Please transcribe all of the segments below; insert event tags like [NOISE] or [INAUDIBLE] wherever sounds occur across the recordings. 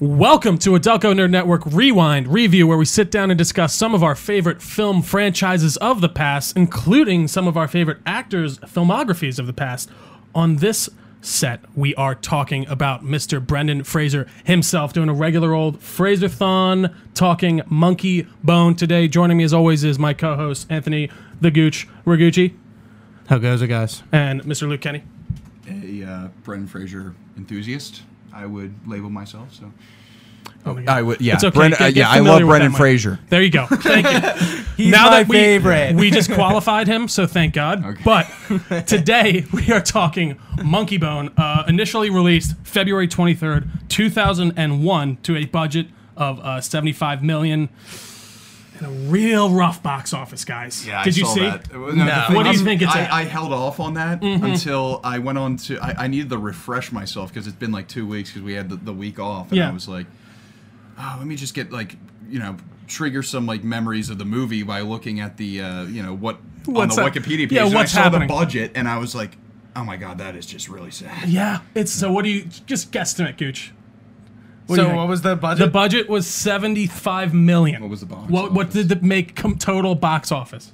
Welcome to Adelco Nerd Network Rewind Review, where we sit down and discuss some of our favorite film franchises of the past, including some of our favorite actors' filmographies of the past. On this set, we are talking about Mr. Brendan Fraser himself, doing a regular old Fraserthon talking monkey bone today. Joining me, as always, is my co host, Anthony the Gooch Ragucci, How goes it, guys? and Mr. Luke Kenny. a uh, Brendan Fraser enthusiast. I would label myself so. Oh my God. I would, yeah. It's okay. Bren- Get- uh, get yeah, I familiar with love Brendan that, Mike. Fraser. There you go. Thank you. [LAUGHS] He's now my that we, favorite. we just qualified him, so thank God. [LAUGHS] But today we are talking Monkey Bone, uh, initially released February 23rd, 2001, to a budget of uh, 75 million. And a real rough box office, guys. Did you see? No. What do you think it's Mm-hmm. I, at? I held off on that until I went on to. I, I needed to refresh myself because it's been like two weeks because we had the, the week off, and Yeah. I was like, oh, let me just get like you know trigger some like memories of the movie by looking at the uh, you know what What's on the up? Wikipedia page. Yeah, and what's I saw happening? the budget, and I was like, oh my god, that is just really sad. Yeah, it's so. What do you just guesstimate, Gooch? What do you so, think? what was the The budget? budget was 75 million. What was the box What, what office? did the make com- total box office?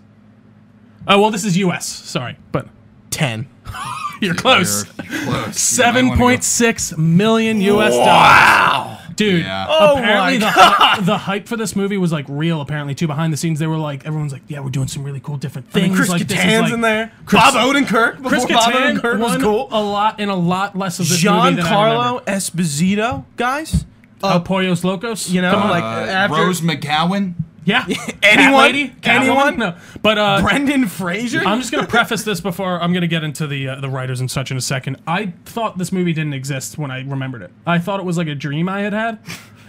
Oh, well, this is US. Sorry, but ten. [LAUGHS] you're close. You're close. Seven point six million US dollars. Dude, Yeah. Oh apparently my the, hy- the hype for this movie was like real. Apparently, too. Behind the scenes, they were like, everyone's like, yeah, we're doing some really cool different things. Chris like, this is, Kattan's like- in there. Chris- Bob Odenkirk. Before Chris Bob Kattan Odenkirk was won cool. a lot and a lot less of this movie than I remember. Giancarlo uh, Esposito, guys. El Pollos Locos. You know, Come on. like Uh, after Rose McGowan. [LAUGHS] yeah, Cat Anyone? lady? Cat woman? Anyone? No, but uh, Brendan Fraser. I'm just gonna preface this before I'm gonna get into the uh, the writers and such in a second. I thought this movie didn't exist when I remembered it. I thought it was like a dream I had had,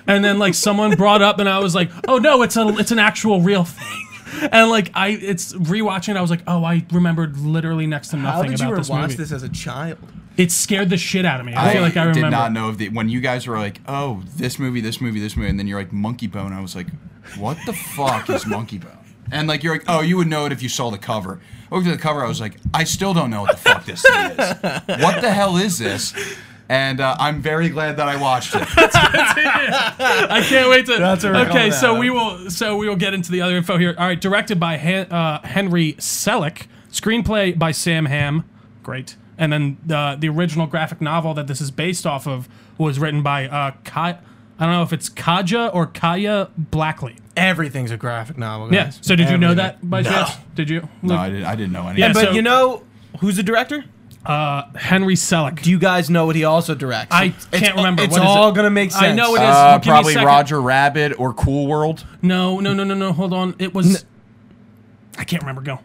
and then like someone brought up, and I was like, oh no, it's a it's an actual real thing. [LAUGHS] And like I, it's rewatching. it, I was like, oh, I remembered literally next to How nothing did you about ever this watch movie. this as a child? It scared the shit out of me. I, feel like I remember. did not know of the when you guys were like, "Oh, this movie, this movie, this movie," and then you're like, "Monkey Bone." I was like, "What the fuck is Monkey Bone?" And like you're like, "Oh, you would know it if you saw the cover." Over to the cover, I was like, "I still don't know what the fuck this thing is. What the hell is this?" And uh, I'm very glad that I watched it. I can't wait to. That's what we're okay, calling so that. we will. So we will get into the other info here. All right, directed by Han, uh, Henry Selick, screenplay by Sam Ham. Great, and then uh, the original graphic novel that this is based off of was written by uh, Kai. I don't know if it's Kaja or Kaya Blackley. Everything's a graphic novel. Guys. Yeah. So did you know that by No. chance? Did you? No, I didn't. I didn't know any. Yeah, of But it. so- you know who's the director? Uh, Henry Selick. Do you guys know what he also directs? I It's- can't remember. It's What is it? all gonna make sense. I know it is. uh, Give me a probably second. Roger Rabbit or Cool World. No, no, no, no, no. Hold on. It was. I can't remember. Go.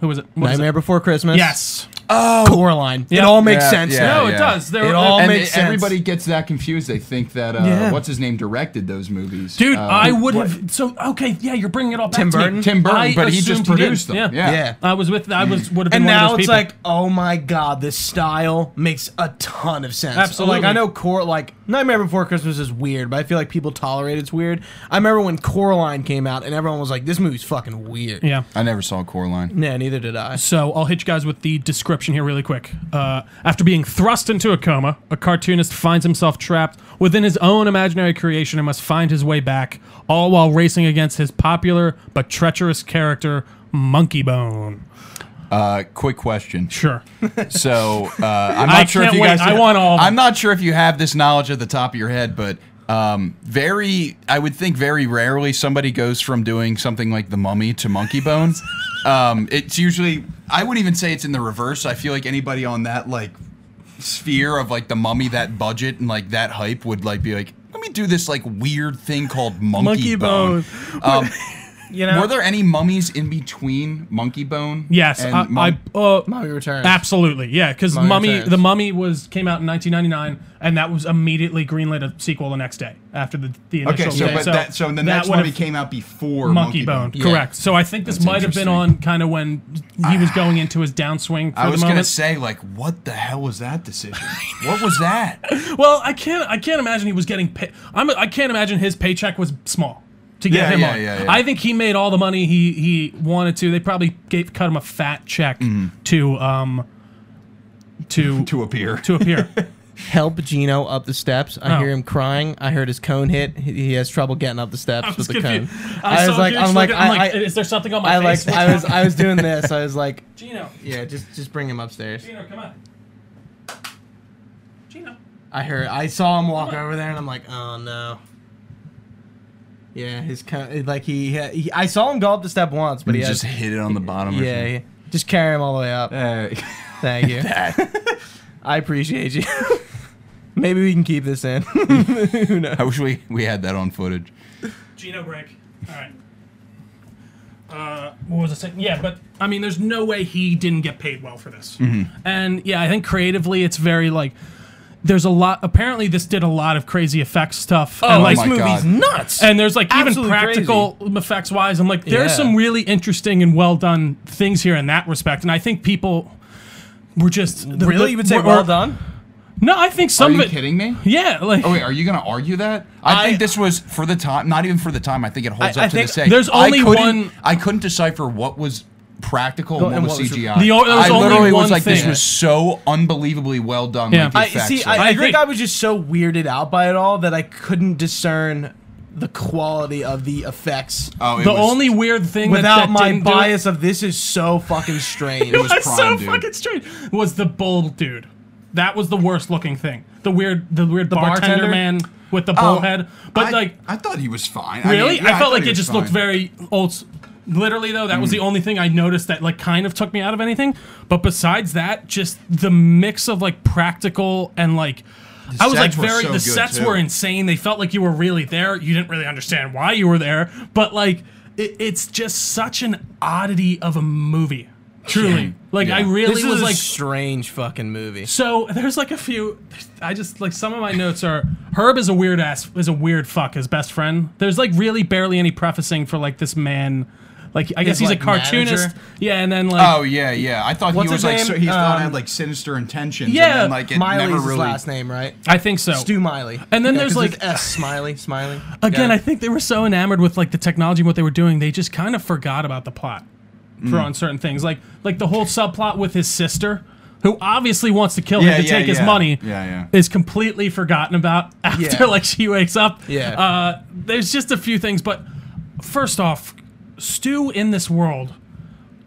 Who was it? What was it? Nightmare Before Christmas. Yes. Coraline. It all makes Yeah, sense. yeah. now. No, it does. There It were- all and makes it- sense. everybody gets that confused. They think that uh, Yeah. what's his name directed those movies. Dude, Uh, I would have. So okay, yeah, you're bringing it all back Tim to me. Burton? Tim Burton, I but he just assumed produced did, them. Yeah. Yeah. Yeah. I was with. I was would have been And one of now those it's people. like, oh my god, this style makes a ton of sense. Absolutely. Like I know Cor like Nightmare Before Christmas is weird, but I feel like people tolerate it's weird. I remember when Coraline came out and everyone was like, This movie's fucking weird. yeah. I never saw Coraline. Yeah, neither did I. So I'll hit you guys with the description here really quick. Uh, after being thrust into a coma, a cartoonist finds himself trapped within his own imaginary creation and must find his way back, all while racing against his popular but treacherous character, Monkey Bone. Uh, quick question. Sure. So uh, I'm not I sure if can't you wait. guys. I want all of I'm not sure if you have this knowledge at the top of your head, but um, very, I would think very rarely somebody goes from doing something like the Mummy to Monkey Bone. [LAUGHS] um, it's usually, I wouldn't even say it's in the reverse. I feel like anybody on that like sphere of like the Mummy, that budget and like that hype would like be like, let me do this like weird thing called Monkey Monkey, Bone. [LAUGHS] Um, You know were there any mummies in between Monkey Bone? Yes. and I, Mum- I, uh, Mummy Returns. Absolutely, yeah. Because Mummy Mummy, Returns. the Mummy was came out in 1999, and that was immediately greenlit a sequel the next day after the the initial. Okay, so movie. but that so the next would've- movie came out before Monkey Bone, Bone. correct. So I think this That's might have been on interesting. kind of when he was going into his downswing for I was the gonna moment. say like, what the hell was that decision? what was that? [LAUGHS] well, I can't, I can't imagine he was getting. Pay- I'm, I can't imagine his paycheck was small to get Yeah, him yeah, on. yeah, yeah. I think he made all the money he he wanted to. They probably gave cut him a fat check to um to Mm-hmm. [LAUGHS] to appear. to appear. help Gino up the steps. I Oh. hear him crying. I heard his cone hit. He he has trouble getting up the steps I with was the confused. cone. I, was saw like, you I'm just like, looking- I'm like, I, is there something on my I, I face? like, I was, I was doing this. I was like, [LAUGHS] Gino, yeah, just, just bring him upstairs. Gino, come on. Gino. I heard, I saw him walk over there, and I'm like, oh no. Yeah, his cone, like he, he, I saw him go up the step once, but he just has, hit it on the bottom. or yeah, yeah, just carry him all the way up. something. [LAUGHS] Thank you. That. [LAUGHS] I appreciate you. [LAUGHS] Maybe we can keep [LAUGHS] this in. [LAUGHS] I wish we, we had that on footage. Gino break. All right. Uh, what was I saying? Yeah, but I mean, there's no way he didn't get paid well for this. Mm-hmm. And yeah, I think creatively, it's very like. There's a lot. Apparently, this did a lot of crazy effects stuff. and, like, my this movie's God. nuts. Oh and there's like even Absolutely practical effects wise. I'm like, there's Yeah. some really interesting and well done things here in that respect. And I think people were just the- really, the- you would say were- well done? No, I think Are some you of it. [LAUGHS] kidding me? Yeah, like Oh wait, are you going to argue that? I, I- think this was for the time, not even for the time. I think it holds I- up I to think this day. there's I only couldn't- one- I couldn't decipher what was practical and what, and was what was- CGI. The o- there was I only literally was one like, this thing. was so unbelievably well done. Yeah. Like, the I effects, see. like- I, I I think agree. I was just so weirded out by it all that I couldn't discern the quality of the effects oh, it the was- only weird thing that- without Uh, that my didn't do it- bias of this is [LAUGHS] so fucking strange. It was That's prime, so dude. fucking strange. Was the bull dude? That was the worst looking thing. The weird, the weird bartender, bartender? Oh, man with the bull head. But Oh, I- like, I thought he was fine. really, I, mean, yeah, felt thought like he it was just looked fine. very Hmm. old. s- Literally though, that was the only thing I noticed that like kind of took me out of anything. But besides that, just the mix of like practical and like. I was like sets were very so the good, sets too. were insane. They felt like you were really there. You didn't really understand why you were there, but like it, it's just such an oddity of a movie. Truly. Yeah. Like I Yeah. really this was is like a strange fucking movie. so there's like a few. I just like some of my notes are Herb is a weird ass is a weird fuck his best friend. There's like really barely any prefacing for like this man. Like I guess he's His, a like, cartoonist. manager? Yeah, and then like Oh yeah, yeah. I thought What's he was his like name? so, he thought Um, had like sinister intentions. yeah, and then, like it Miley's never his really. last name, right? I think so. Stu Miley. And then there's 'cause like- it's S Smiley, Smiley. Again, Yeah. I think they were so enamored with like the technology and what they were doing, they just kind of forgot about the plot for Mm. on certain things, like like the whole subplot with his sister. Who obviously wants to kill Yeah, him to yeah, take his yeah. money Yeah, yeah. is completely forgotten about [LAUGHS] after Yeah. like she wakes up. [LAUGHS] Yeah. Uh, there's just a few things, but first off, Stu in this world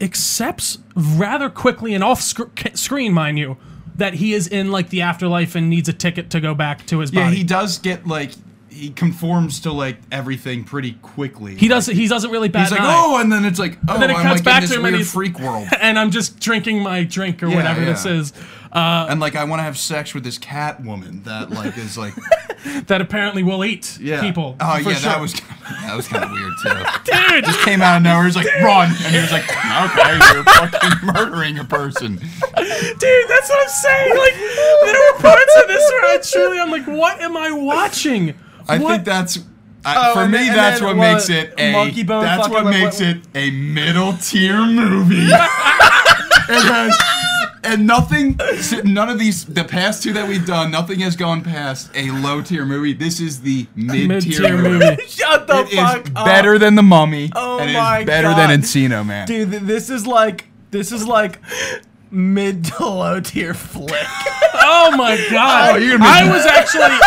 accepts rather quickly and off sc- screen, mind you, that he is in like the afterlife and needs a ticket to go back to his Yeah, body. he does get like he conforms to like everything pretty quickly. He doesn't. He doesn't really bat He's like, an eye. oh, and then it's like, oh, then it I'm cuts like back in to this him and weird he's- freak world, [LAUGHS] and I'm just drinking my drink or Yeah, whatever this yeah. is. and like I want to have sex with this cat woman that like [LAUGHS] is like, That apparently will eat yeah, people. Oh for yeah, sure. that was that was kind of weird too. [LAUGHS] dude. Came out of nowhere, he's like, run, and he was like, okay, you're fucking murdering a person. Dude, that's what I'm saying. Like there [LAUGHS] were parts of this where I truly, I'm like, what am I watching? I What- think that's. I, Oh, for and me, then- and that's then what what- makes it a. Monkey Bone that's what fucking with makes what- it a middle tier [LAUGHS] movie. it has, and nothing, none of these, the past two that we've done, nothing has gone past a low tier movie. This is the mid mid-tier tier movie. movie. [LAUGHS] Shut the It fuck is up. better than the Mummy. Oh and it is my better God. than Encino Man. Dude, th- this is like this is like mid [LAUGHS] to low tier flick. Oh my god! [LAUGHS] Oh, you're gonna make I me- was actually,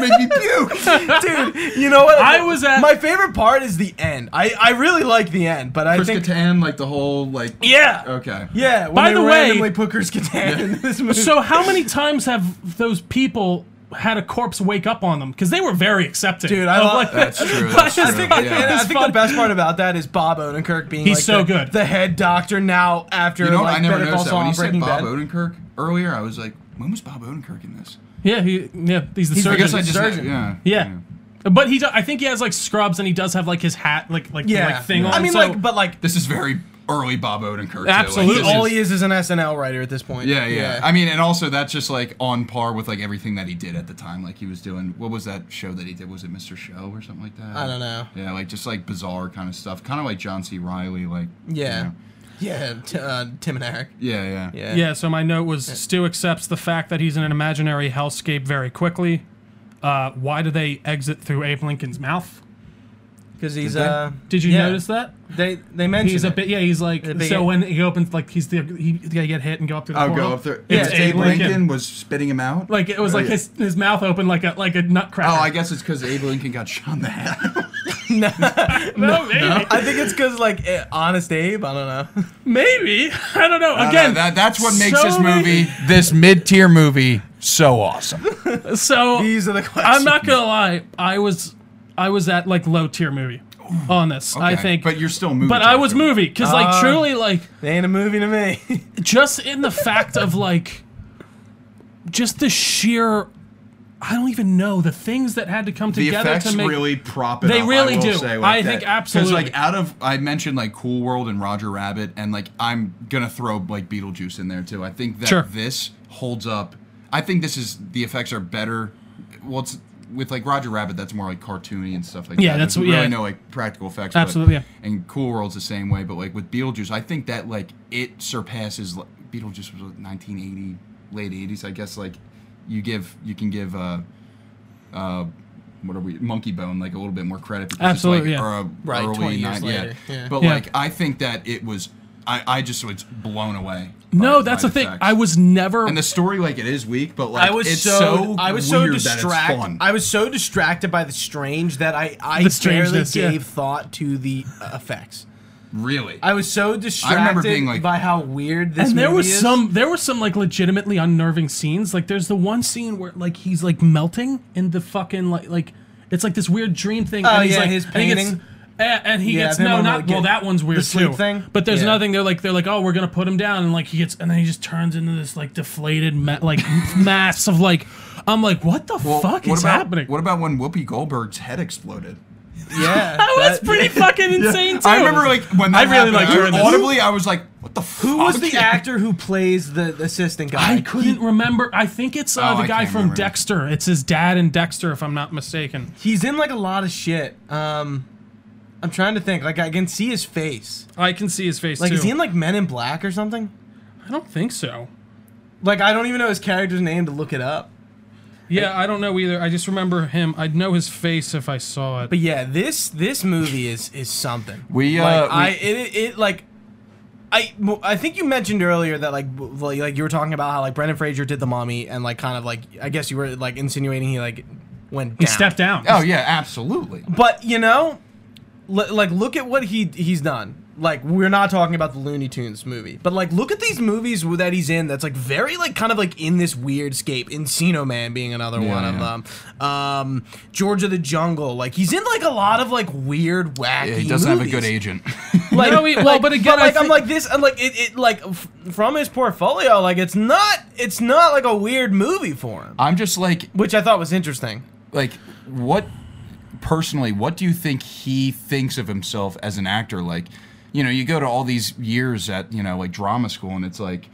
Make me [LAUGHS] puke. Dude, you know what? I was at- my favorite part is the end. I I really like the end, but I Chris think Kattan, like the whole like. yeah. Okay. yeah. When By they the way- randomly put Chris Kattan in this movie. So how many times have those people? Had a corpse wake up on them because they were very accepting. Dude, [LAUGHS] I of, love- That's true, I that's just true, thought yeah. that And I was think fun. the best part about that is Bob Odenkirk being He's like, so the, good. the head doctor now after You know what? like I never Better Call noticed that. Saul When you and said Breaking Bob Bad. Odenkirk earlier, I was like, when was Bob Odenkirk in this? Yeah, he, yeah, he's the I surgeon. guess I just surgeon. yeah. Yeah. But he, do- I think he has like scrubs, and he does have like his hat, like like yeah, the, like thing on. I mean, so- like, but like, This is very early Bob Odenkirk. Absolutely. Too. Like, this all is- he is is an SNL writer at this point. yeah, yeah, I mean, and also that's just like on par with like everything that he did at the time. Like he was doing what was that show that he did? Was it Mr. Show or something like that? I don't know. Yeah, like just like bizarre kind of stuff, kind of like John C. Riley. Like yeah, you know. yeah. T- uh, Tim and Eric. yeah, yeah, Yeah. yeah. So my note was: Stu accepts the fact that he's in an imaginary hellscape very quickly. Uh, why do they exit through Abe Lincoln's mouth? because he's Did they? uh. Did you yeah. notice that? They they mentioned He's a it. bit. Yeah, he's like. The big- so when he opens, like he's the he, he gotta get hit and go up through the. I'll portal. go up there. It's Yeah. Abe Lincoln. was spitting him out. Like it was like Oh, yeah. his his mouth open like a like a nutcracker. Oh, I guess it's because Abe Lincoln got shot in the head. [LAUGHS] no, maybe, I think it's because like eh, Honest Abe. I don't know. [LAUGHS] maybe [LAUGHS] I don't know. Again, Again, that, that's what makes this so many- movie, this mid-tier movie, so awesome. so These are the questions. I'm not gonna lie. I was I was at like low tier movie on this. I Okay, think, but you're still moving. but I was movie because like Uh, Ah. truly like They ain't a movie to me. [LAUGHS] just in the fact of like just the sheer I don't even know the things that had to come The together effects to make really prop it. They up, really I will do. Say, like I that. think 'Cause, absolutely. like out of I mentioned like Cool World and Roger Rabbit, and like I'm gonna throw like Beetlejuice in there too. I think that Sure. this holds up. I think this is the effects are better. Well, it's with like Roger Rabbit, that's more like cartoony and stuff like Yeah, that. that's- There's really yeah. no like practical effects. Absolutely, yeah. But, And Cool World's the same way, but like with Beetlejuice, I think that like it surpasses like, Beetlejuice was like 1980, late 80s, I guess. Like you give, you can give. uh uh, what are we, Monkey Bone, like a little bit more credit. Because Absolutely, it's like yeah. er- Right, early 20 years nine- yeah. later, yeah. But Yeah. like, I think that it was, I, I just was blown away. No, by- that's by the thing. fact. I was never and the story, like, it is weak, but like, I was it's so, so, I was so weird that it's distracted. fun. I was so distracted by the strange that I The I barely strangeness, yeah. gave thought to the uh, effects. really. I was so distracted being like- by how weird this and there movie was is. some there were some like legitimately unnerving scenes like there's the one scene where like he's like melting in the fucking like like it's like this weird dream thing Oh, and he's yeah, like his and he gets- painting. eh, and he Yeah, gets then no when we not get well that one's weird the sleep too thing? but there's Yeah. another thing they're like they're like oh we're gonna put him down and like he gets and then he just turns into this like deflated ma- like [LAUGHS] mass of like I'm like what the Well, fuck what is about, happening What about when Whoopi Goldberg's head exploded? [LAUGHS] yeah. that was that- [LAUGHS] pretty fucking insane too I remember like when that I really happened, liked her in this. audibly. I was like, "What the fuck?" Who was the actor who plays the, the assistant guy? I couldn't remember. I think it's uh, Oh, the I guy can't from remember. Dexter. It's his dad in Dexter, if I'm not mistaken. He's in like a lot of shit. Um, I'm trying to think. Like I can see his face. I can see his face Like too. is he in like Men in Black or something? I don't think so. Like I don't even know his character's name to look it up. Yeah, I don't know either. I just remember him. I'd know his face if I saw it. But yeah, this this movie is is something. [LAUGHS] We, uh, like, we- I it, it like I mo- I think you mentioned earlier that like w- like like you were talking about how like Brendan Fraser did the mummy and like kind of like I guess you were like insinuating he like went he down. stepped down. [LAUGHS] Oh yeah, absolutely. But you know, l- like look at what he he's done. Like we're not talking about the Looney Tunes movie, but like look at these movies w- that he's in. That's like very like kind of like in this weird scape. Encino Man being another Yeah, one yeah. of them. Um, George of the Jungle. Like he's in like a lot of like weird wacky. Yeah, he doesn't have a good movies. agent. [LAUGHS] Like, No, he- well, like- but again, I like, I'm think- like this, I'm like it, it, like f- from his portfolio, like it's not, it's not like a weird movie for him, I'm just like which I thought was interesting. like what personally what do you think he thinks of himself as an actor like you know you go to all these years at you know like drama school and it's like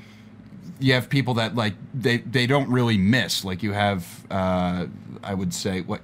you have people that like they they don't really miss like you have uh i would say what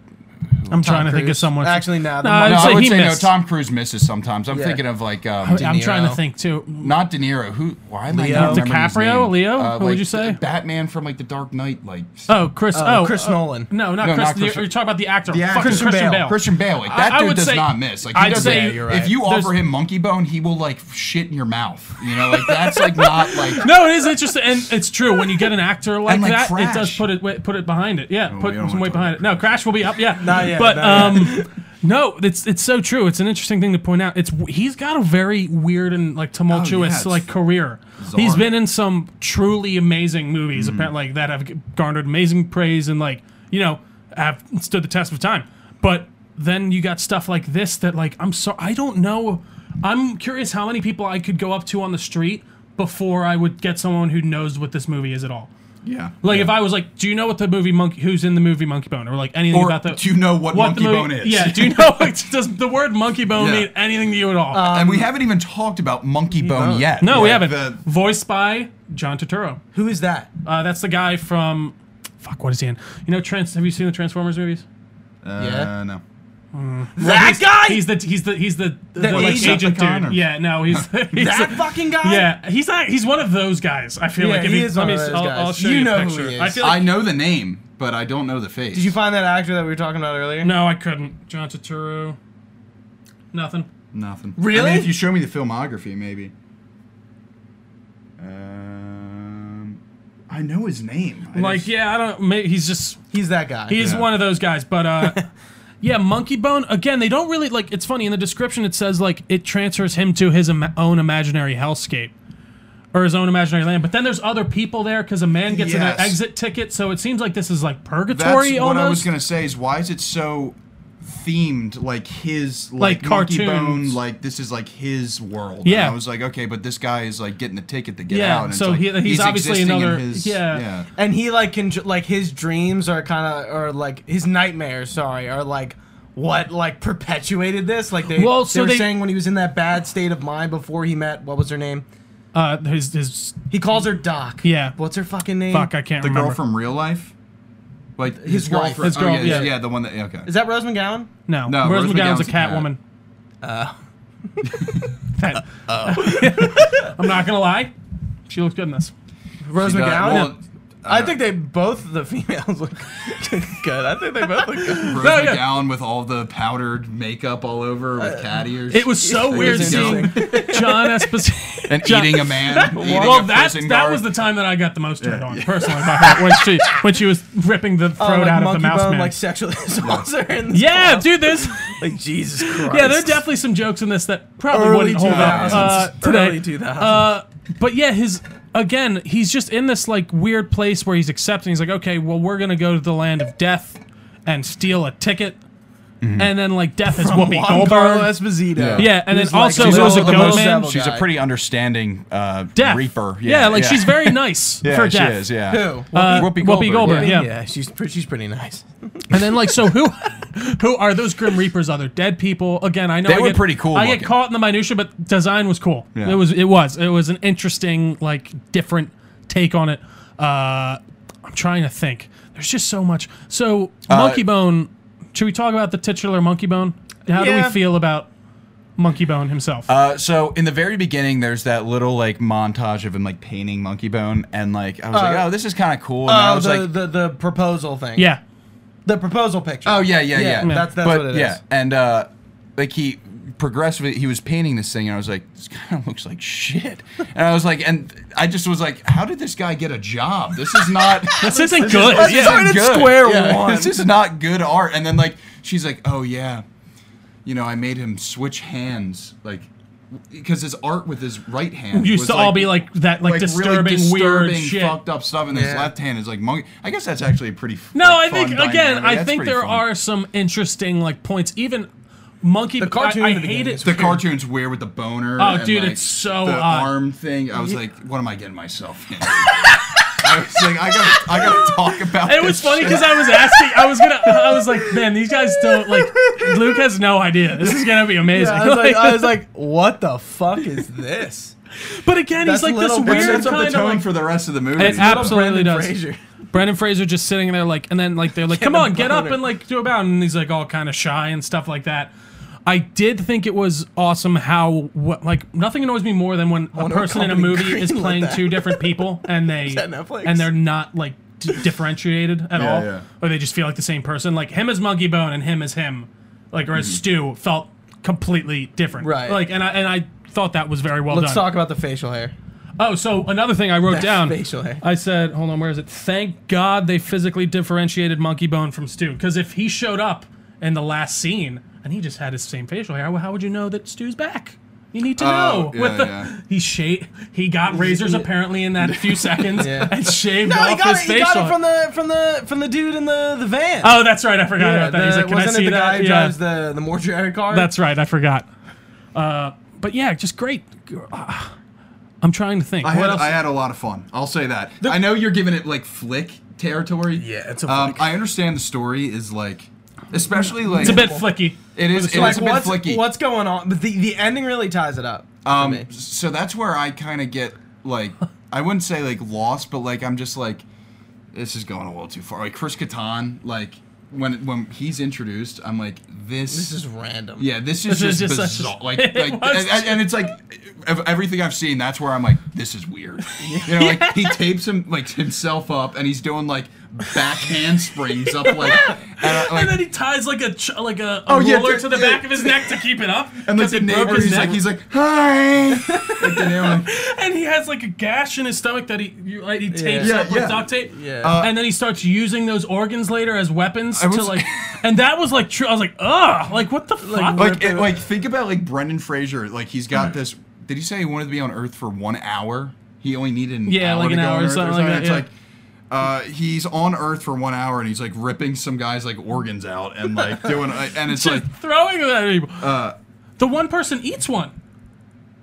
I'm Tom trying to think of Cruise? someone. Actually, nah, the No, I'd no, say i would he say missed. no tom cruise misses sometimes i'm Yeah. thinking of like um, I'm De trying to Niro. think too. not De Niro. Who? Why am Leo. I not remembering his DiCaprio? name? Uh, Leo? Who would like you say? the Batman from like the Dark Knight, like Oh, Chris. Uh, oh, Chris uh, Nolan. No, not No, Chris. not Chris- You're talking about the actor. The actor. Fucking Christian Christian, Bale. Bale. Christian Bale, like I- that I dude would does say- not miss. Like he I'd doesn't. say- Yeah, you're right. If you There's- offer him monkey bone, he will like shit in your mouth. You know, like that's like not like. No, it is interesting, and it's true. When you get an actor like, And, like, that, it does Crash. put it wait, put it behind it. Yeah, put we don't some wanna weight talk behind it. No, Crash will be up. Yeah, Not yet, But not um, no, it's it's so true. It's an interesting thing to point out. It's he's got a very weird and like tumultuous Oh, it's like career. bizarre. Mm-hmm. He's been in some truly amazing movies, apparently like that have garnered amazing praise and like you know have stood the test of time. But then you got stuff like this that like I'm so I don't know. I'm curious how many people I could go up to on the street before I would get someone who knows what this movie is at all. Yeah. Like if I was like, do you know what the movie Monkey? Who's in the movie Monkey Bone? Or like anything Or about the? do you know what the Monkey movie- Bone is? Yeah. Do you know? [LAUGHS] does the word Monkey Bone Yeah. mean anything to you at all? [LAUGHS] and we haven't even talked about monkey bone no. yet. no, we Like, haven't. the- Voiced by John Turturro. Who is that? Uh, that's the guy from. Fuck, what is he in? You know, Trans. Have you seen the Transformers movies? uh, Yeah. No. That guy. He's the he's the he's the, the, like, agent agent Decepticon dude. or- Yeah, no, he's, he's [LAUGHS] that fucking guy. yeah, he's not he's one of those guys. I feel Yeah, like if he you- is let one me of s- those I'll, guys. I'll show You you, know a who picture. he I is. feel like I know the name, but I don't know the face. Did you find that actor that we were talking about earlier? no, I couldn't. John Turturro. Nothing. Nothing. I Really? mean, if you show me the filmography, maybe. Um, I know his name. I Like, just- yeah, I don't. Maybe he's just He's that guy. He's Yeah. one of those guys, but [LAUGHS] uh yeah, Monkey Bone again, they don't really like it's funny in the description it says like it transfers him to his im- own imaginary hellscape or his own imaginary land. But then there's other people there cuz a man gets Yes. an exit ticket, so it seems like this is like that's purgatory what almost. I was gonna say. Is why is it so themed? Like his, like, Like Monkey Bone, cartoons. like this is like his world. And Yeah. I was like, okay, but this guy is like getting the ticket to get Yeah, out. And it's so like, he- he's obviously existing in another- His, yeah. and he like can ju- like his dreams are kind of or like his nightmares sorry are like what like perpetuated this like they, Well, they so were they- saying when he was in that bad state of mind before he met what was her name uh his his he calls her doc Yeah. what's her fucking name fuck, I can't The remember. girl from real life. Like his, wife. girlfriend. His girl- oh, yeah. yeah, yeah, the one that. yeah, Okay. is that Rose McGowan no, No, Rose Rose McGowan's a McGowan's a cat. cat woman. [LAUGHS] Uh I'm not gonna lie, she looks good in this. Rose She does- [LAUGHS] McGowan well, I think they both the females look [LAUGHS] good I think they both look good Rose No, yeah. Uh, McGowan with all the powdered makeup all over with cat ears. It was so weird was seeing John Esposito. and John- eating [LAUGHS] a man. eating well, a that's prison that guard. was the time that I got the most turned on personally by her when she when she was ripping the [LAUGHS] Oh, throat like out of the monkey mouse bone man. like sexual [LAUGHS] assaults are in this yeah, film. dude, there's [LAUGHS] like Jesus Christ yeah, there are definitely some jokes in this that probably Early wouldn't hold up 2000s. uh, today. Early 2000s. Uh, but yeah, his again, he's just in this like weird place where he's accepting. He's like, okay, well, we're gonna go to the land of death and steal a ticket, Mm-hmm. and then like death is Whoopi Juan Goldberg. Carlo Esposito Yeah. Yeah, and He then was like- also She's who was also a the goat most man? devil- She's a guy. pretty understanding uh, Death. reaper. Yeah, like she's [LAUGHS] very nice yeah, for she death. is, yeah. Who? Uh, Whoopi Whoopi Goldberg, Goldberg, yeah. yeah she's pretty she's pretty nice And then like so who who are those Grim Reapers other dead people? Again, I know They I were get, pretty cool I looking. get caught in the minutia, but design was cool. Yeah. It was it was. It was an interesting, like different take on it. Uh I'm trying to think. There's just so much. So Uh, Monkey Bone, should we talk about the titular Monkey Bone? How do Yeah. we feel about Monkey Bone himself? Uh, so in the very beginning, there's that little like montage of him like painting Monkey Bone, and like I was like, oh, this is kind of cool. And I Uh, Oh, was the, like, the the proposal thing. yeah. the proposal picture. oh yeah, yeah, yeah. Yeah, that's- that's but, what it is. yeah, and uh, like he progressively he was painting this thing, and I was like, this kind of looks like shit. And I was like, and I just was like, how did this guy get a job? This [LAUGHS] is not. This isn't good. This Yeah. isn't Started good. square Yeah, one. This is not good art. And then like she's like, oh yeah, you know, I made him switch hands, like because his art with his right hand Used was, to all be like that like, disturbing, really weird disturbing, shit. fucked up stuff, and his Yeah. left hand is like monkey. I guess that's actually pretty. f- No, I like, think fun again, dynamic. I That's think pretty there fun. are some interesting like points. Even monkey. The cartoon I, I in the hate beginning it. is The cartoon's weird with the boner. Oh, and, dude, like, it's so the odd. arm thing. I was like, what am I getting myself in? I was like, [LAUGHS] I gotta, I gotta talk about. It was this funny shit. because I was asking. I was gonna. I was like, man, these guys don't like. Luke has no idea. This is [LAUGHS] gonna be amazing. [LAUGHS] I was like, Like, I was like, what the fuck is this? but again, he's that's like this little- It weird sets up the kind of tone like. for the rest of the movie. It absolutely Brendan does. Fraser. Brendan Fraser just sitting there like, and then like they're like, come Getting on, get up boner. and like do a bow, and he's like all kind of shy and stuff like that. I did think it was awesome how what like nothing annoys me more than when a wonder person what in a company movie is greenlit playing that. two different [LAUGHS] people and they that Netflix? and they're not like d- differentiated at Yeah, all, yeah. or they just feel like the same person. Like him as Monkey Bone and him as him, like or as Stu felt completely different. Right. Like and I and I thought that was very well [LAUGHS] Let's done. talk about the facial hair. Oh, so another thing I wrote That's down. facial hair. I said, hold on, where is it? Thank God they physically differentiated Monkey Bone from Stu. Because if he showed up in the last scene and he just had his same facial hair, well, how would you know that Stu's back? You need to know. Oh, yeah, With the, yeah. He shaved. He got razors apparently in that [LAUGHS] few seconds Yeah. and shaved No, off he got his it. He facial. got it from the from the from the dude in the the van. oh, that's right. I forgot yeah, about that. He's the- like, can I wasn't see it the that? guy who Yeah. drives the the mortuary car? That's right. I forgot. Uh, but yeah, just great. Ah, I'm trying to think. I what had, else? I had a lot of fun. I'll say that. I know you're giving it like flick territory. Yeah, it's a Um, flick. I understand the story is like, especially like it's a bit flicky. It is. It like is a bit what's flicky. what's going on? But the the ending really ties it up. for me. um, so that's where I kind of get [LAUGHS] like, I wouldn't say like lost, but like I'm just like, this is going a little too far. Like Chris Catan, like when when he's introduced, I'm like, this, this is random. Yeah, this is This is just, just such- bizarre. [LAUGHS] like, It like was and, and- and it's like of everything I've [LAUGHS] seen. That's where I'm like, this is weird. You know, like he tapes him like himself up, and he's doing like back handsprings up [LAUGHS] like, and, uh, like and then he ties like a ch- like a, a Oh, yeah, roller dude, to the yeah. back of his neck to keep it up. [LAUGHS] and like 'cause the he broke neighbor, his he's neck. like, he's like, hi. Like the neighbor, like, and he has like a gash in his stomach that he you, like, he tapes Yeah, up with yeah. Uh, duct tape. Yeah. and then he starts using those organs later as weapons was- to like, [LAUGHS] and that was like true. I was like, ugh, like what the fuck? like, it, like think about like Brendan Fraser. Like he's got this. Did he say he wanted to be on Earth for one hour? He only needed an Yeah, hour like to an go hour on or Earth something like It's that, like uh, he's on Earth for one hour and he's like ripping some guy's like organs out [LAUGHS] and like doing uh, and it's like uh, Just throwing them at people. the one person eats one.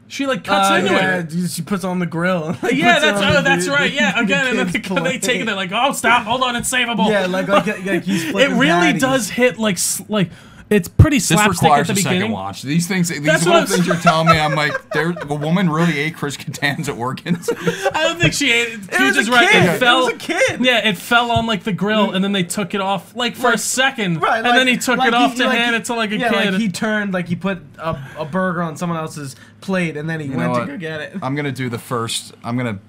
She like cuts Uh, into yeah, it. dude, she puts on the grill. [LAUGHS] Like, Yeah, puts it that's on the oh, that's dude. right. [LAUGHS] Yeah, again, and then kids [LAUGHS] they, they play. take it. They're like, oh, stop, hold on, it's savable. Yeah, like like, [LAUGHS] like he's it flipping really patties. does hit like sl- like it's pretty this slapstick at requires the a second beginning. watch. These things, these That's what little I'm [LAUGHS] things you're telling me, I'm like, there. The woman really ate Chris Kattan's organs. [LAUGHS] I don't think she ate it. She was just a right. kid. It It was fell. a kid. Yeah, it fell on like the grill, and then they took it off like for a second, Right, and like- then he took like it off to like hand he- it to like a yeah, kid. [LAUGHS] Like he turned, like he put a, a burger on someone else's plate, and then he You know went to what? go get [LAUGHS] it. I'm gonna do the first. I'm gonna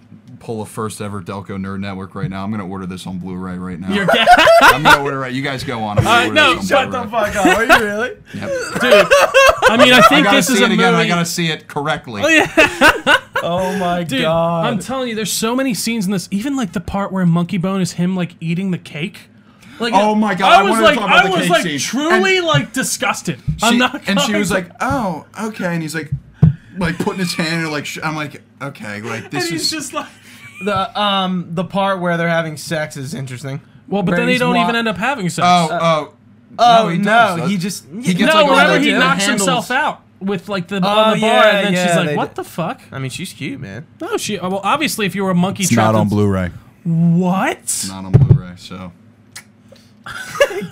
pull a first ever Delco Nerd Network right now. I'm gonna order this on Blu-ray right now. [LAUGHS] You're ga- I'm gonna order it. You guys go on. I'm gonna Alright, order no, this on shut Shut Blu-ray. the fuck up! Are you [LAUGHS] really? Yep. dude. I mean, I I think gotta this see is it a again. movie. I gotta see it correctly. Oh my Dude, god! I'm telling you, there's so many scenes in this. Even like the part where Monkey Bone is him like eating the cake. Like, Oh my God, I I was wanted to like, talk I about the was cake like, scene. truly like disgusted. I'm She- not. and she going was to- like, "Oh, okay." And he's like, like putting his hand in, like sh- I'm like, okay, like and [LAUGHS] this he's is. just like, the um the part where they're having sex is interesting. well, but Where then they he's don't wa- even end up having sex. oh, oh, Oh no, he he, does, does- just he gets no, like all remember the- he the knocks handles. himself out with like the Oh, on the bar, yeah, and then yeah, she's they like, "What did. the fuck?" I mean, she's cute, man. No, she. oh, Well, obviously, if you were a monkey, trapped in- Blu-ray. What? Not on Blu-ray, [LAUGHS] so.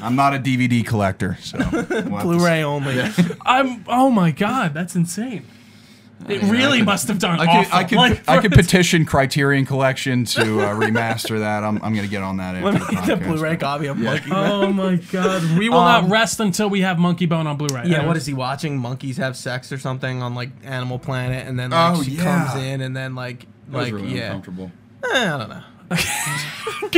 I'm not a DVD collector, so. we'll [LAUGHS] have to Blu-ray only. I'm. Oh my god, that's insane. It yeah, I really could- must have done I could, awful. I could, Like, I could for- petition Criterion Collection to uh, remaster that. I'm, I'm gonna get on that after Let the me get the podcast. Blu-ray copy of Monkey. Oh my god, we will Um, not rest until we have Monkey Bone on Blu-ray. [LAUGHS] Yeah, what is he watching? Monkeys have sex or something on like Animal Planet, and then like, Oh, she yeah. comes in, and then like That was like really yeah, uncomfortable. Eh, I don't know.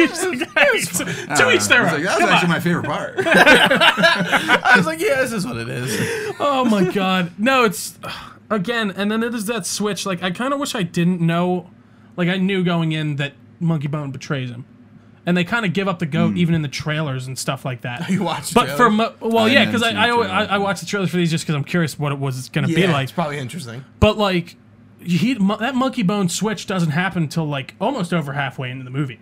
it? to each their I was own. like, Uh, that was Come actually on. my favorite part. [LAUGHS] I was like, yeah, this is what it is. [LAUGHS] Oh my god, no, it's again, and then it is that switch. Like, I kind of wish I didn't know. Like, I knew going in that Monkey Bone betrays him, and they kind of give up the Hmm. goat even in the trailers and stuff like [LAUGHS] that. You watched, But Joe? for mo- well, I yeah, haven't because I seen I, the always, I trailer. I watch the trailers for these just because I'm curious what it was going to yeah, be like. it's probably interesting. But like, he mo- that monkey bone switch doesn't happen till like almost over halfway into the movie,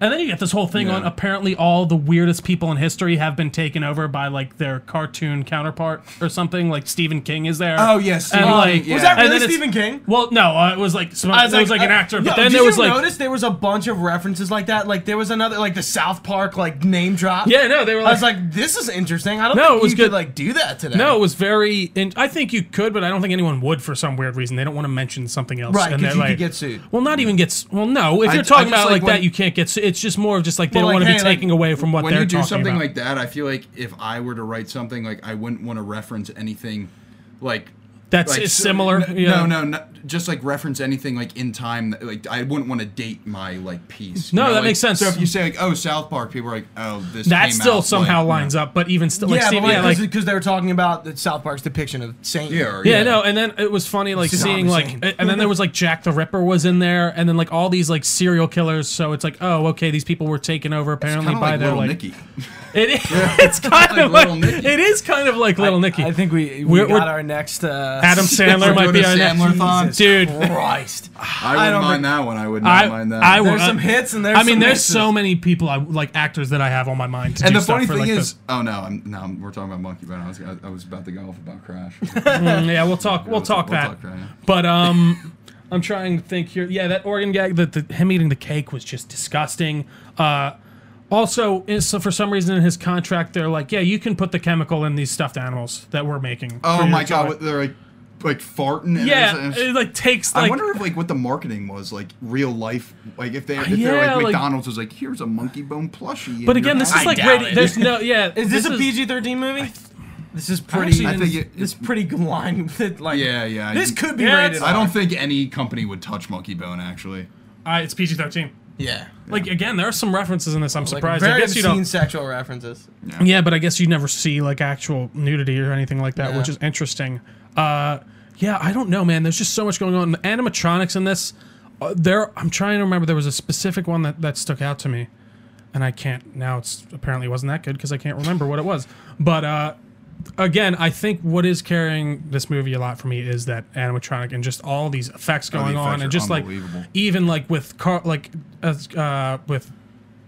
and then you get this whole thing Yeah. on apparently all the weirdest people in history have been taken over by like their cartoon counterpart or something. Like Stephen King is there. Oh, yeah, Stephen and, King, like, yeah. Was and that really then it's- Stephen King? Well, no, uh, it was like some, it was like an uh, actor, but yo, then did there was you like notice there was a bunch of references like that. Like there was another like the South Park like name drop. yeah, no, they were I like, was like, this is interesting. I don't No, think it was you good. could like do that today. No, it was very. And I think you could, but I don't think anyone would for some weird reason. They don't want to mention something else. Right, and 'cause they're you could like- get sued. Well, not even get. s- Well, no. If I- you're talking I just about like, like when- that, you can't get. su- It's just more of just like they don't Well, like, want to hey, be like, taking away from what when they're you do talking something about. like that, I feel like if I were to write something like I wouldn't want to reference anything like That's like is so- similar. n- yeah. No, no, no, just like reference anything like in time. that- Like I wouldn't want to date my like piece. you No, know, that like, makes sense. So if you say like oh South Park, people are like oh this. That came still out, somehow like, lines up, but even still, like, yeah, Steve, because yeah, like, they were talking about the South Park's depiction of Saint. Yeah, or- yeah, no. And then it was funny, like It's not seeing the like, same. a- and then there was like Jack the Ripper was in there, and then like all these like serial killers. So it's like, oh, okay, these people were taken over apparently Kinda by like their Little like. [LAUGHS] Nicky. It is. [LAUGHS] [LAUGHS] It's kind of like. Little Nicky. It is kind of like Little Nicky. I think we we We're- got we're- our next uh, [LAUGHS] Adam Sandler We're might doing be a our next. Sandler-thon. Dude. Christ. I wouldn't don't mind rec- that one. I would not I, mind that. I one. There's I- some hits and there's Uh, I mean, some there's misses. so many people I like actors that I have on my mind. To and do the funny stuff for, thing like, is, oh no, I'm, no, I'm- we're talking about Monkey Bone. I was, I, I was about to go off [LAUGHS] about Crash. the- Mm, yeah, we'll talk. We'll We'll talk talk- we'll that. talk right now. but um, [LAUGHS] I'm trying to think here. Yeah, that Oregon gag, that the, him eating the cake was just disgusting. Uh, also, is, so for some reason in his contract, they're like, yeah, you can put the chemical in these stuffed animals that we're making. for oh your my child." god, what- they're like, like farting. And Yeah, it's- it's- it like takes I like wonder if like what the marketing was like real life like if they if yeah, they're like like- McDonald's was like here's a monkey bone plushie. But again, this is I like doubt radi- it. there's no [LAUGHS] yeah. Is this, a PG-13 movie? this is pretty. actually I think it- this is pretty [LAUGHS] line with it, like. Yeah, yeah, This you- could be Yeah, rated. it's- I don't think any company would touch monkey bone actually. Uh, it's PG thirteen. Yeah. Like again, there are some references in this. I'm Like surprised. very I guess you obscene don't. sexual references. Yeah, but I guess you never see like actual nudity or anything like that, Yeah. which is interesting. Uh, yeah, I don't know, man. There's just so much going on. The animatronics in this, uh, there. I'm trying to remember. There was a specific one that that stuck out to me, and I can't now. It's apparently wasn't that good because I can't remember what it was. But uh, again, I think what is carrying this movie a lot for me is that animatronic and just all these effects going Oh, effects on, are and just like unbelievable. even like with car like as uh, with.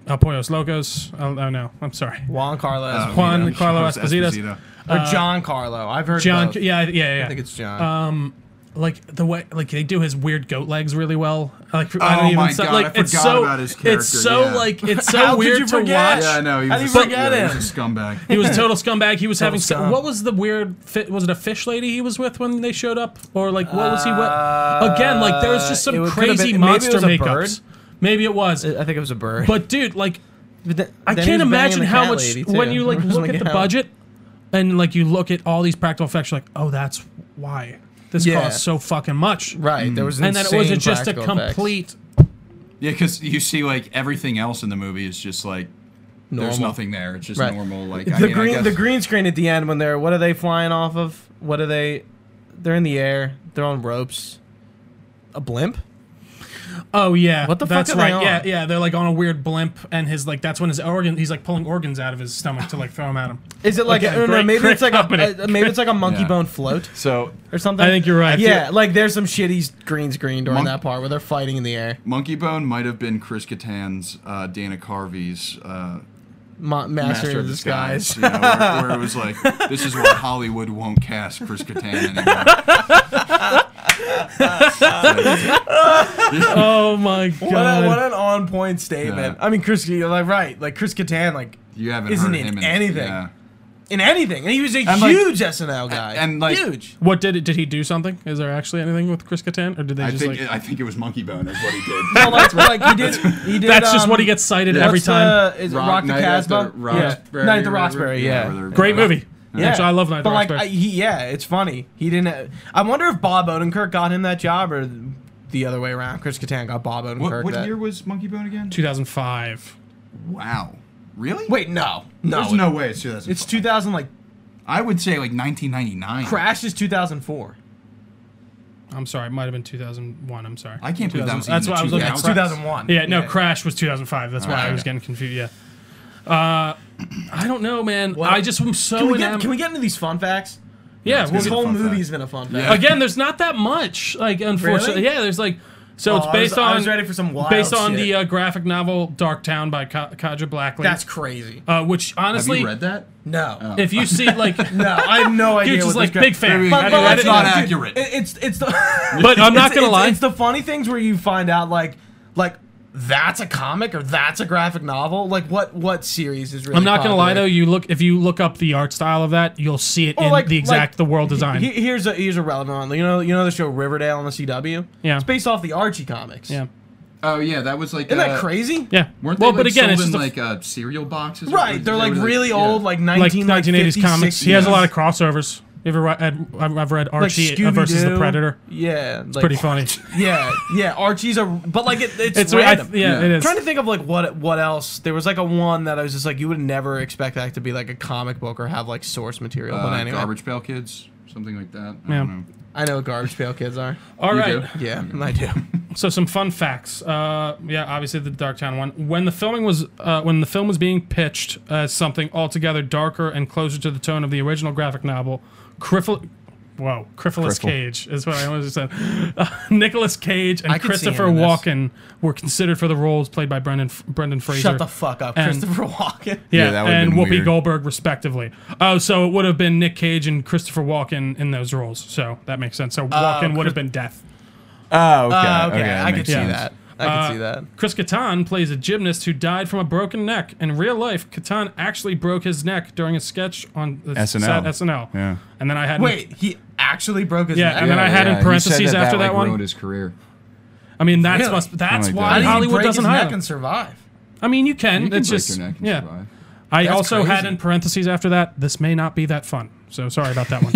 El Pollos Locos. Oh, oh no, I'm sorry. Juan Carlos Oh. Juan- Carlo Esposito's- or John Carlo. I've heard Uh, John, both. yeah, Uh, yeah, yeah. I think it's John. like the way, like they do his weird goat legs really well. Like I Oh don't even my stop- God, like I it's forgot so about his character, it's so yeah. like it's How so could weird you to forget? watch. Yeah, I know. He How was, do you a- forget yeah, he him? was a scumbag. He was a total scumbag. He was having se- scum. what was the weird fit? Was it a fish lady he was with when they showed up, or like what was he with? Again, like there was just Uh, some it could've crazy been- maybe it monster was a makeups. Maybe it was, I think it was a bird. but dude, like But th- I then he can't was banging imagine the how cat much lady, too. when [LAUGHS] you like It was look at the how- budget and like you look at all these practical effects, you're like, oh, that's why this Yeah. costs so fucking much. Right, there was an And then it was insane just a practical effects. complete Yeah, because you see, like everything else in the movie is just like there's Normal. nothing there. It's just Right. normal. Like I the mean, I green guess- the green screen at the end when they're what are they flying off of? What are they? They're in the air. They're on ropes. A blimp. Oh yeah, What the fuck that's are they right. on? Yeah, yeah, they're like on a weird blimp, and his like that's when his organ he's like pulling organs out of his stomach to like throw them at him. Is it like Again, no, no, great- maybe great it's like company. a, uh, maybe it's like a monkey Yeah. bone float So or something? I think you're right. Yeah, like there's some shitty green screen during Monk- that part where they're fighting in the air. Monkey Bone might have been Chris Kattan's uh, Dana Carvey's uh, Ma- Master, Master of of Disguise. Disguise, you know, where, where it [LAUGHS] was like this is why Hollywood won't cast Chris Kattan anymore. [LAUGHS] Oh my [LAUGHS] What, god. a, what an on point statement. Yeah. I mean, Chris, you're like right, like Chris Kattan, like You haven't Isn't heard in him in anything. yeah. in anything, and he was a And, like- huge SNL guy, and, [LAUGHS] like- huge. What did it? Did he do something? Is there actually anything with Chris Kattan, or did they I just think like? I think it was Monkey Bone is what he did. Well, like, well, like he did, he did. that's just um, what he gets cited yeah. every what's time. The, [LAUGHS] is it Rock- Rock the Night at the Casbah? Roxbury, Night at the where- Roxbury. Yeah. where they're- Great movie. Yeah. Actually, I love Night. But Rock like, Bear. I, he, yeah, it's funny. He didn't. I wonder if Bob Odenkirk got him that job or the other way around. Chris Kattan got Bob Odenkirk. What, what that- year was Monkey Bone again? 2005. Wow, really? Wait, no, no, there's no way it's 2000. It's 2000. Like I would say like 1999. Crash is 2004. I'm sorry, it might have been 2001. I'm sorry. I can't believe that was 2000. That's even why I was looking at. 2000s. It's Crash. 2001. Yeah, no, Crash was 2005. That's why Alright, I was okay. getting confused. Yeah. Uh, I don't know, man. Well, I just am so Can enam- we, get, can we get into these fun facts? yeah, Let's we'll This get whole fun fact. movie's been a fun fact. [LAUGHS] Yeah. Again, there's not that much. Like, unfortunately, Really? yeah. There's like, so Oh, it's I based was- I was on ready for some wild based on shit. the uh, graphic novel Dark Town by Ka- Kaja Blackley. That's crazy. uh, which Have honestly, you read that? No. Oh. if you [LAUGHS] see like, dude, No, I have no idea. just what like this guy- big fan. Maybe- Have But- you but read that's it? not Dude, accurate. it- it's it's the. But [LAUGHS] I'm not it's- gonna it's- lie. It's the funny things where you find out like like that's a comic or that's a graphic novel. Like what what series is really? I'm not gonna lie though. popular? You look if you look up the art style of that, you'll see it Or, in like- the exact like, the world design. He- here's a here's a relevant one. You know you know the show Riverdale on the CW. Yeah. It's based off the Archie comics. yeah, Oh yeah, that was like. Isn't uh, that crazy? yeah. Weren't they well, like, but again, it's sold just a in, like uh, cereal boxes. or Right. something? They're They like were, really yeah. old, like like 19 like, 1980s 50s, comics. He 60s. has a lot of crossovers. You ever read? I've I've read Like Archie versus the Scooby-Doo. Predator. Yeah, it's Pretty funny. Yeah, yeah. Archie's a, but like it, [LAUGHS] [LAUGHS] it's, It's I, random. yeah, Yeah. it I'm is. trying to think of like what what else. There was like a one that I was just like, you would never expect that to be like a comic book or have like source material. Uh, but anyway, Garbage Pail Kids, something like that. I Yeah. don't know. I know what garbage pail kids are. All You right. do? Yeah, [LAUGHS] I Mm-hmm. do. So some fun facts. Uh, yeah, obviously the Darktown one. When the filming was uh, when the film was being pitched as something altogether darker and closer to the tone of the original graphic novel, Criffle. Whoa, Criffle's Criffle. Cage is what I almost said. [LAUGHS] Uh, Nicholas Cage and I could see him Christopher in this. Walken were considered for the roles played by Brendan Brendan Fraser. Shut the fuck up, And- Christopher Walken. yeah, Yeah, that would've and been Whoopi weird. Goldberg respectively. Oh, so it would have been Nick Cage and Christopher Walken in those roles. So that makes sense. So Walken would have been death. Oh, okay. Uh, [LAUGHS] okay, I could see sense. that. I could Uh, see that. Chris Kattan plays a gymnast who died from a broken neck. In real life, Kattan actually broke his neck during a sketch on the SNL. Sat SNL. Yeah. And then I had Wait, he actually broke his Yeah, neck. and then I had in parentheses after that one. Ruined his career. I mean, that's Really? must, that's Oh my why God. How did he Hollywood break doesn't his hire. neck them. and survive? I mean, you can. You can it's break just your neck and yeah. survive. I That's also had crazy. in parentheses after that, this may not be that fun. So sorry about [LAUGHS] that one.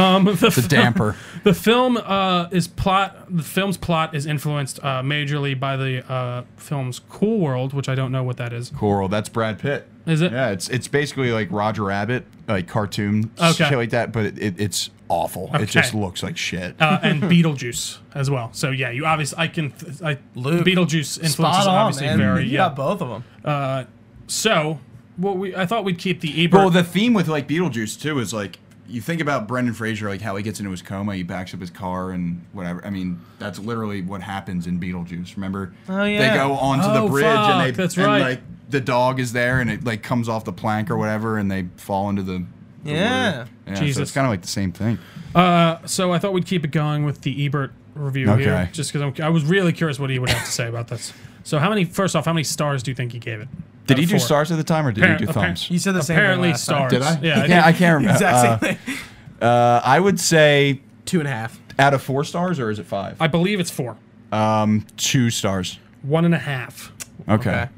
um, the, [LAUGHS] The film- damper. The film uh, is plot. The film's plot is influenced uh, majorly by the uh, film's Cool World, which I don't know what that is. Coral. That's Brad Pitt. Is it? Yeah, it's it's basically like Roger Rabbit, like cartoon Okay. shit like that, but it, it, it's awful. It just looks like shit. Uh, [LAUGHS] and Beetlejuice as well. So yeah, you obviously I can th- I Luke, Beetlejuice influences Spot on, obviously man. very you yeah. got both of them. So what we I thought we'd keep the Ebert. Well, the theme with like Beetlejuice too is like you think about Brendan Fraser, like how he gets into his coma, he backs up his car and whatever. I mean, that's literally what happens in Beetlejuice. Remember? Oh, yeah. They go onto Oh, the bridge and they fuck, that's and, right. like the dog is there and it like comes off the plank or whatever and they fall into the, the Yeah. water. yeah So Jesus. it's kind of like the same thing. so I thought we'd keep it going with the Ebert review Okay. here, just because I was really curious what he would have to say about this. So how many? First off, how many stars do you think he gave it? Did Out he of do four. stars at the time or did Appar- he do appar- thumbs? You said the same. thing Apparently last time. stars. Did I? Yeah. I I can't, think- I can't remember. Exact same thing. Uh, uh, I would say [LAUGHS] Two and a half. out of four stars or is it five? I believe it's four. Um, two stars. One and a half. Okay. Okay.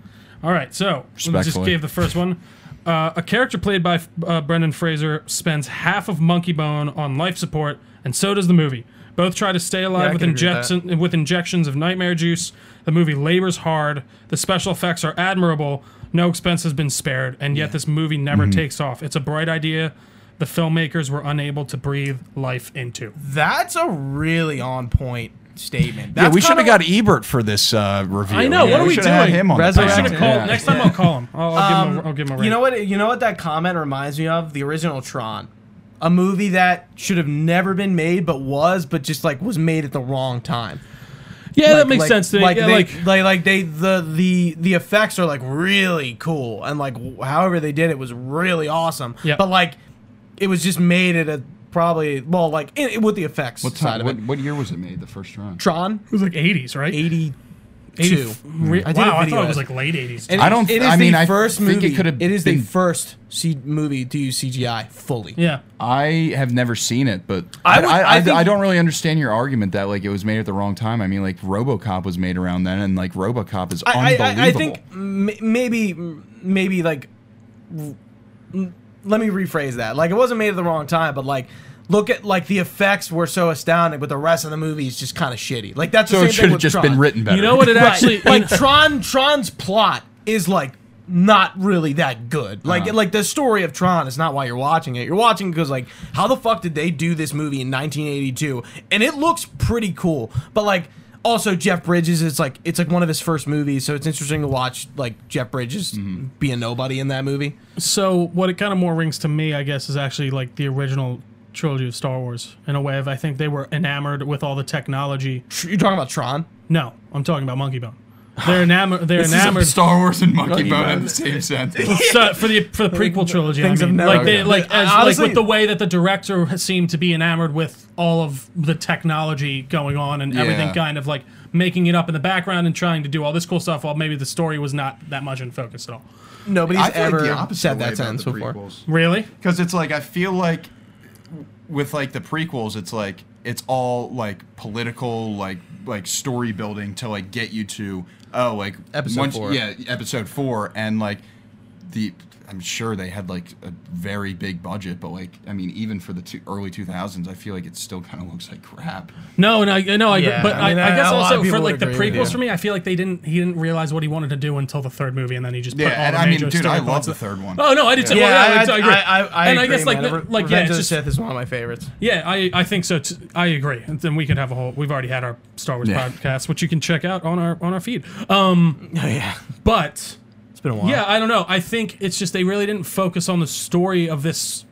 All right, so we just Respectfully. gave the first one. Uh, a character played by uh, Brendan Fraser spends half of Monkey Bone on life support, and so does the movie. Both try to stay alive I with, can agree with injection, with injections of nightmare juice. The movie labors hard. The special effects are admirable. No expense has been spared, and yet this movie never takes off. It's a bright idea. The filmmakers were unable to breathe life into. That's a really on point statement. Yeah, That's we should kinda have got Ebert for this uh, review. I know, what are we shoulda had doing? him on the I should Resurrect panel. have Yeah. called. Next time I'll call him. I'll, I'll give him a, I'll give him a ring. Um, You know what? You know what that comment reminds me of? The original Tron, a movie that should have never been made, but was, but just like was made at the wrong time. Yeah, that Like- makes like- sense to me. Like, yeah, they, like like, like they the the the effects are like really cool, and like w- however they did it was really awesome. Yeah. But like, it was just made at a probably well, like it, it- with the effects What, side time, of what, it. what year was it made, the first round? Tron It was like 80s, right? eighty two. 82. Re- I did a wow, I video thought it was on it. like late 80s. And I don't- It is I mean, the I first think it movie. could have it is the been- first C- movie to use CGI fully. yeah. I have never seen it, but I I, would- I, I I, think- I don't really understand your argument that like it was made at the wrong time. I mean, like RoboCop was made around then, and like RoboCop is I, unbelievable. I- I, I think m- maybe maybe like m- let me rephrase that. Like it wasn't made at the wrong time, but like look at like the effects were so astounding, but the rest of the movie is just kind of shitty. Like that's so. the same It should thing have with just Tron. been written better. You know what it Right. actually [LAUGHS] like Tron Tron's plot is like not really that good. Like Uh-huh. like the story of Tron is not why you're watching it. You're watching because like how the fuck did they do this movie in 1982? And it looks pretty cool, but like. Also, Jeff Bridges is like it's like one of his first movies, so it's interesting to watch like Jeff Bridges Mm-hmm. be a nobody in that movie. so what it kind of more rings to me, I guess, is actually like the original trilogy of Star Wars in a way of I think they were enamored with all the technology. Tr- You're talking about Tron. No, I'm talking about Monkey Bone. They're enamored. They're This is enamored. Star Wars and Monkey Bone in [LAUGHS] the same sentence. [LAUGHS] So, for the for the prequel trilogy, Things I have mean, never- like they, Okay. like as Honestly- like with the way that the director seemed to be enamored with all of the technology going on and everything, Yeah. kind of like making it up in the background and trying to do all this cool stuff, while maybe the story was not that much in focus at all. Nobody's I feel like the ever opposite said way that about sentence the before. prequels. Really? because it's like I feel like w- with like the prequels, it's like it's all like political, like like story building to like get you to oh like Episode four. yeah, episode four, and like the I'm sure they had like a very big budget, but like I mean, even for the two, early 2000s, I feel like it still kind of looks like crap. No, no, I- no. I, Yeah, but I I, mean, I, a guess lot of also people for would like the agree with you. prequels for me, I feel like they didn't. He didn't realize what he wanted to do until the third movie, and then he just Yeah, put all and the I mean, major dude, I story love points- the third one. Oh no, I did too. Well, Yeah, I, I agree. and I agree, guess like man. the- Re- like yeah, Revenge of it's the just, Sith is one of my favorites. yeah, I I think so. Too. I agree. And then we could have a whole. We've already had our Star Wars Yeah. podcast, which you can check out on our on our feed. Um, Oh [LAUGHS] yeah, but it's been a while. yeah, I don't know. I think it's just they really didn't focus on the story of this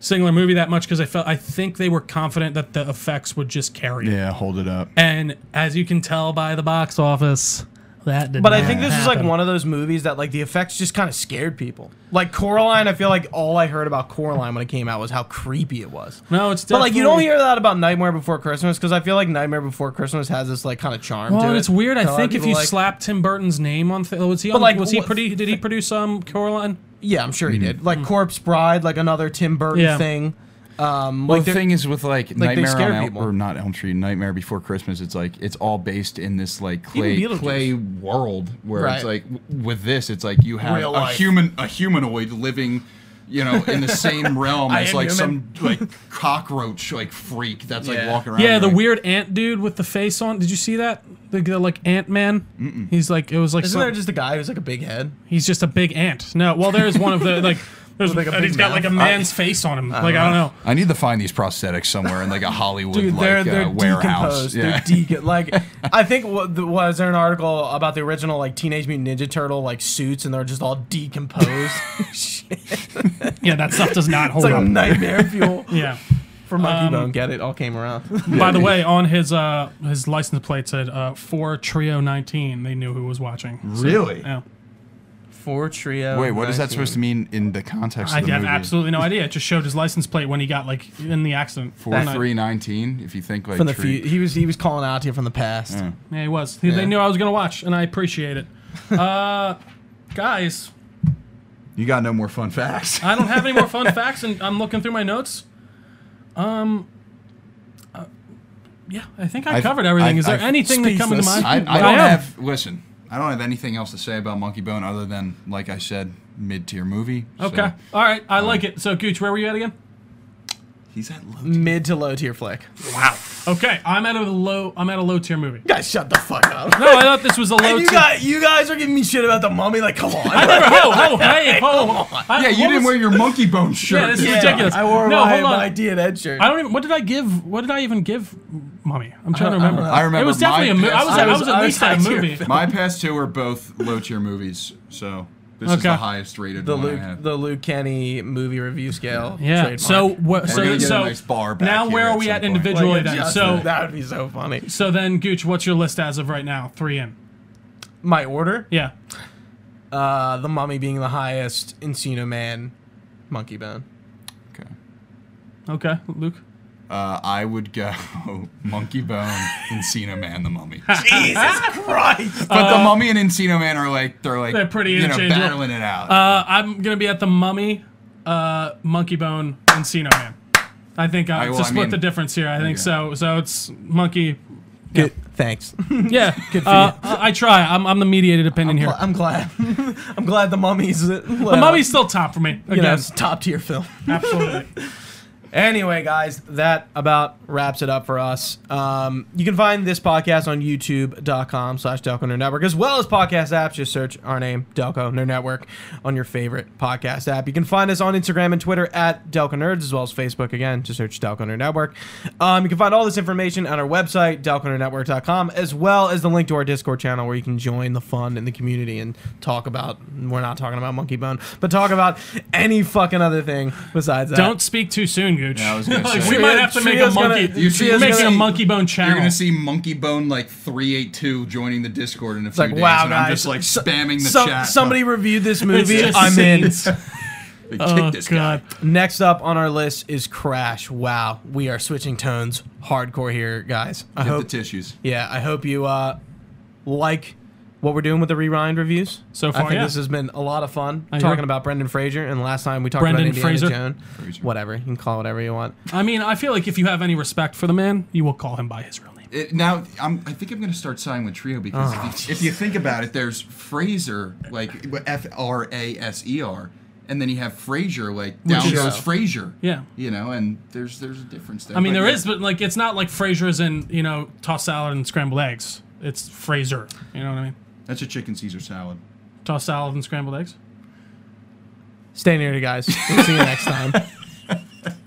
singular movie that much because I felt I think they were confident that the effects would just carry. it. Yeah, hold it up. And as you can tell by the box office, that did But I not think this is like happen. one of those movies that like the effects just kind of scared people. Like Coraline, I feel like all I heard about Coraline when it came out was how creepy it was. No, it's But like you definitely- don't hear that about Nightmare Before Christmas because I feel like Nightmare Before Christmas has this like kind of charm. Well, to and Oh, it it's weird. that a lot I of think if people you like. slapped Tim Burton's name on, th- was he on? like, was he what- pretty? [LAUGHS] Did he produce um Coraline? Mm-hmm. Mm. yeah, I'm sure he did. Like Corpse Bride, like another Tim Burton Yeah. thing. Um, Well, like the they're- thing is with like, Nightmare scare on Elm people. or not Elm Tree, Nightmare Before Christmas. It's like it's all based in this like clay Beetlejuice. clay world where it's Right. like w- with this, it's like you have Real a life. human a humanoid living. You know, [LAUGHS] in the same realm I as am like human. some like cockroach like freak that's like Yeah. walking around. Yeah, the like, weird ant dude with the face on. Did you see that? The, the, like Ant Man. He's like it was like isn't some- there just a guy who's like a big head? he's just a big ant. No, well there is one of [LAUGHS] the like there's Like a and big Uh-huh. he's got like a man's face on him. like I don't know. I need to find these prosthetics somewhere in like a Hollywood Dude, like they're they're uh, warehouse. decomposed. They're decom like I think what the, was there an article about the original like Teenage Mutant Ninja Turtle like suits and they're just all decomposed. Shit. Yeah, that stuff does not hold It's like up. nightmare fuel Yeah. for Monkey Um, Bone. Get it? All came around. By the way, on his uh his license plate said uh for trio 19. They knew who was watching. So, Really? yeah. Four trio. [LAUGHS] Wait, what is that supposed to mean in the context I of the have movie? absolutely no idea. It just showed his license plate when he got like in the accident. Four three nineteen. If you think like From the tree- few, he was he was calling out to you from the past. Yeah, he was. He- They knew I was gonna watch, and I appreciate it. Uh, [LAUGHS] guys, you got no more fun facts. I don't have any more [LAUGHS] fun facts, and I'm looking through my notes. Um, uh, yeah, I think I I've- covered everything. I've- Is there I've- anything that comes to speechless. mind? I, I I don't am. have. Listen, I don't have anything else to say about Monkey Bone other than, like I said, mid tier movie. so- Okay, all right, I like it. So, Gooch, where were you at again? he's at low. Mid to low tier flick. Okay, I'm at a low. I'm at a low tier movie. Guys, shut the fuck up. [LAUGHS] No, I thought this was a low And you tier. guys, you guys are giving me shit about the mummy. Like, come on. I never. [LAUGHS] Ho, ho, hey, ho. I- Yeah, you what didn't was- wear your Monkey Bone shirt. Yeah, this is this time. ridiculous. I wore No, my, hold on. my DNN shirt. I don't even. What did I give? What did I even give, mommy? I'm trying to remember. I remember It was definitely a my movie. I was. best- At, I I was, was- at I was least at a high tier movie. My past two were both low tier movies, so this is Okay. the highest rated the one I Luke had. the Luke Kenny movie review scale. Yeah. trademark. So what? gonna So get a so nice bar back now here where at are we some at point. individually Like, then? just- So that would be so funny. so then Gooch, what's your list as of right now? Three in. My order: Yeah. uh, the mummy being the highest, Encino Man, Monkey Bone. okay. Okay, Luke. Uh, I would go [LAUGHS] Monkey Bone, Encino Man, [LAUGHS] The Mummy. Jesus Christ! But The Mummy and Encino Man are like they're like Uh, They're pretty you know interchangeable. battling it out. Uh, I'm gonna be at the Mummy, uh, Monkey Bone, and Sino Man. I think uh, well, to I split mean- the difference here. I think Okay. so. So it's Monkey. Good. Thanks. Yeah. Good for uh, I I try. I'm, I'm the mediated opinion here. I'm glad. [LAUGHS] I'm glad the mummy's the The Mummy's still top for me. you know, Again, it's a top tier film. absolutely. Anyway, guys, that about wraps it up for us. Um, you can find this podcast on youtube.com slash Delco Nerd Network, as well as podcast apps. Just search our name, Delco Nerd Network, on your favorite podcast app. You can find us on Instagram and Twitter at Delco Nerds, as well as Facebook, again, just search Delco Nerd Network. Um, you can find all this information on our website, delconerdnetwork.com, as well as the link to our Discord channel where you can join the fun in the community and talk about, we're not talking about Monkey Bone, but talk about any fucking other thing besides [LAUGHS] that. Don't speak too soon, Gooch. Yeah, I was gonna Like, [LAUGHS] say. we might have to make a Trio's gonna- monkey. You see- we're making a gonna- monkey bone channel. You're gonna see Monkey Bone like three eight two joining the Discord in a few like, days, wow, and guys. I'm just like So- spamming the Some- chat. somebody reviewed [LAUGHS] this [LAUGHS] It's movie. just I'm in. scenes. Like, kick Oh this god. guy. Next up on our list is Crash. Wow, we are switching tones hardcore here, guys. I Get the hope. tissues. yeah, I hope you uh, like what we're doing with the rewind reviews. So I far, think yeah. this has been a lot of fun I talking agree. about Brendan Fraser. And last time we talked Brendan about Indiana Fraser. Jones. Fraser. Whatever you can call it whatever you want. I mean, I feel like if you have any respect for the man, you will call him by his real name. It, now I'm, I think I'm gonna start signing with Trio because Oh, if, you, if you think about it, there's Fraser like F R A S E R, and then you have Fraser like down is- goes Fraser. Yeah. You know, and there's there's a difference there. I mean, But there yeah. is, but like, it's not like Fraser's in you know tossed salad and scrambled eggs. It's Fraser. You know what I mean? That's a chicken Caesar salad. Tossed salad and scrambled eggs. Stay nerdy, [LAUGHS] guys. We'll see you next time.